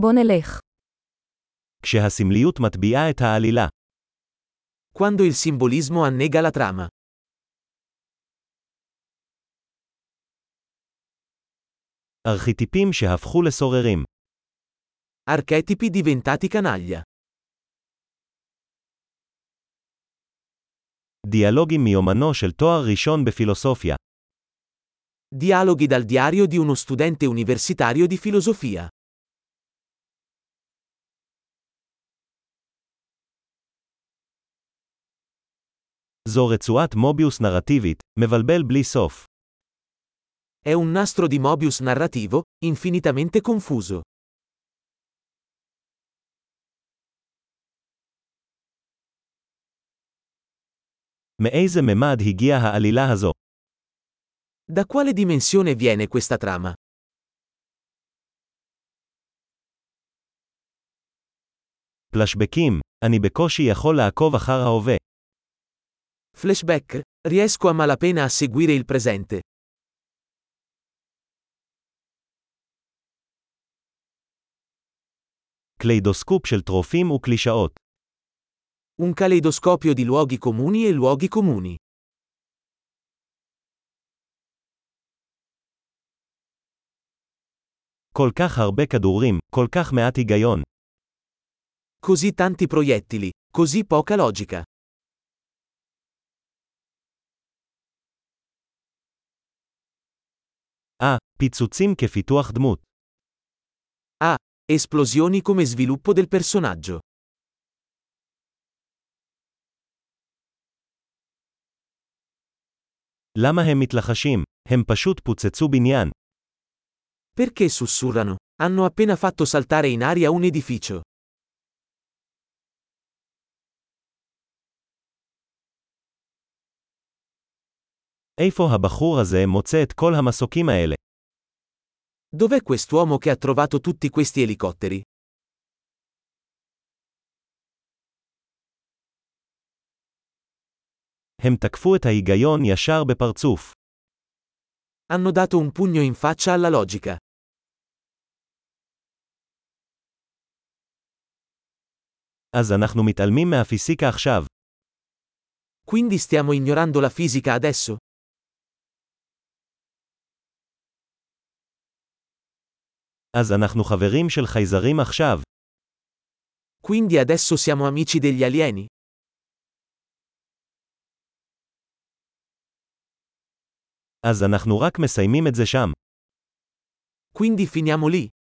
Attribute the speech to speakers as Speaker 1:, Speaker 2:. Speaker 1: בוא נלך.
Speaker 2: כשהסמליות מטביעה את העלילה.
Speaker 3: Quando il simbolismo annega la trama.
Speaker 2: ארכיטיפים שהפכו לסוררים.
Speaker 3: Archetipi diventati canaglia.
Speaker 2: דיאלוגים מיומנו של תואר ראשון בפילוסופיה.
Speaker 3: Dialoghi dal diario di uno studente universitario di filosofia.
Speaker 2: זו רצועת מוביוס נרטיבית, מבלבל בלי סוף.
Speaker 3: È un nastro di Mobius narrativo, infinitamente confuso.
Speaker 2: מאיזה ממד הגיעה העלילה הזו?
Speaker 3: Da quale dimensione viene questa trama?
Speaker 2: פלשבקים, אני בקושי יכול לעקוב אחר ההווה.
Speaker 3: Flashback? Riesco a malapena a seguire il presente.
Speaker 2: קליידוסקופ של טרופים וקלישאות.
Speaker 3: Un caleidoscopio di luoghi comuni e luoghi comuni.
Speaker 2: כל כך הרבה כדורים, כל כך מעט היגיון.
Speaker 3: Così tanti proiettili, così poca logica.
Speaker 2: אה, פיצוצים כפיתוח דמות.
Speaker 3: Esplosioni come sviluppo del personaggio.
Speaker 2: למה הם מתלחשים? הם פשוט פוצצו בניין.
Speaker 3: Perché sussurrano? Hanno appena fatto saltare in aria un edificio.
Speaker 2: איפה הבחור הזה מוצא את כל המסוקים האלה?
Speaker 3: Dov'è quest'uomo che ha trovato tutti questi elicotteri?
Speaker 2: הם תקפו את ההיגיון ישר בפרצוף.
Speaker 3: Hanno dato un pugno in faccia alla logica.
Speaker 2: אז אנחנו מתעלמים מהפיסיקה עכשיו.
Speaker 3: Quindi stiamo ignorando la fisica adesso?
Speaker 2: אז אנחנו חברים של חייזרים עכשיו.
Speaker 3: Quindi adesso siamo amici degli alieni?
Speaker 2: אז אנחנו רק מסיימים את זה שם.
Speaker 3: Quindi finiamo lì?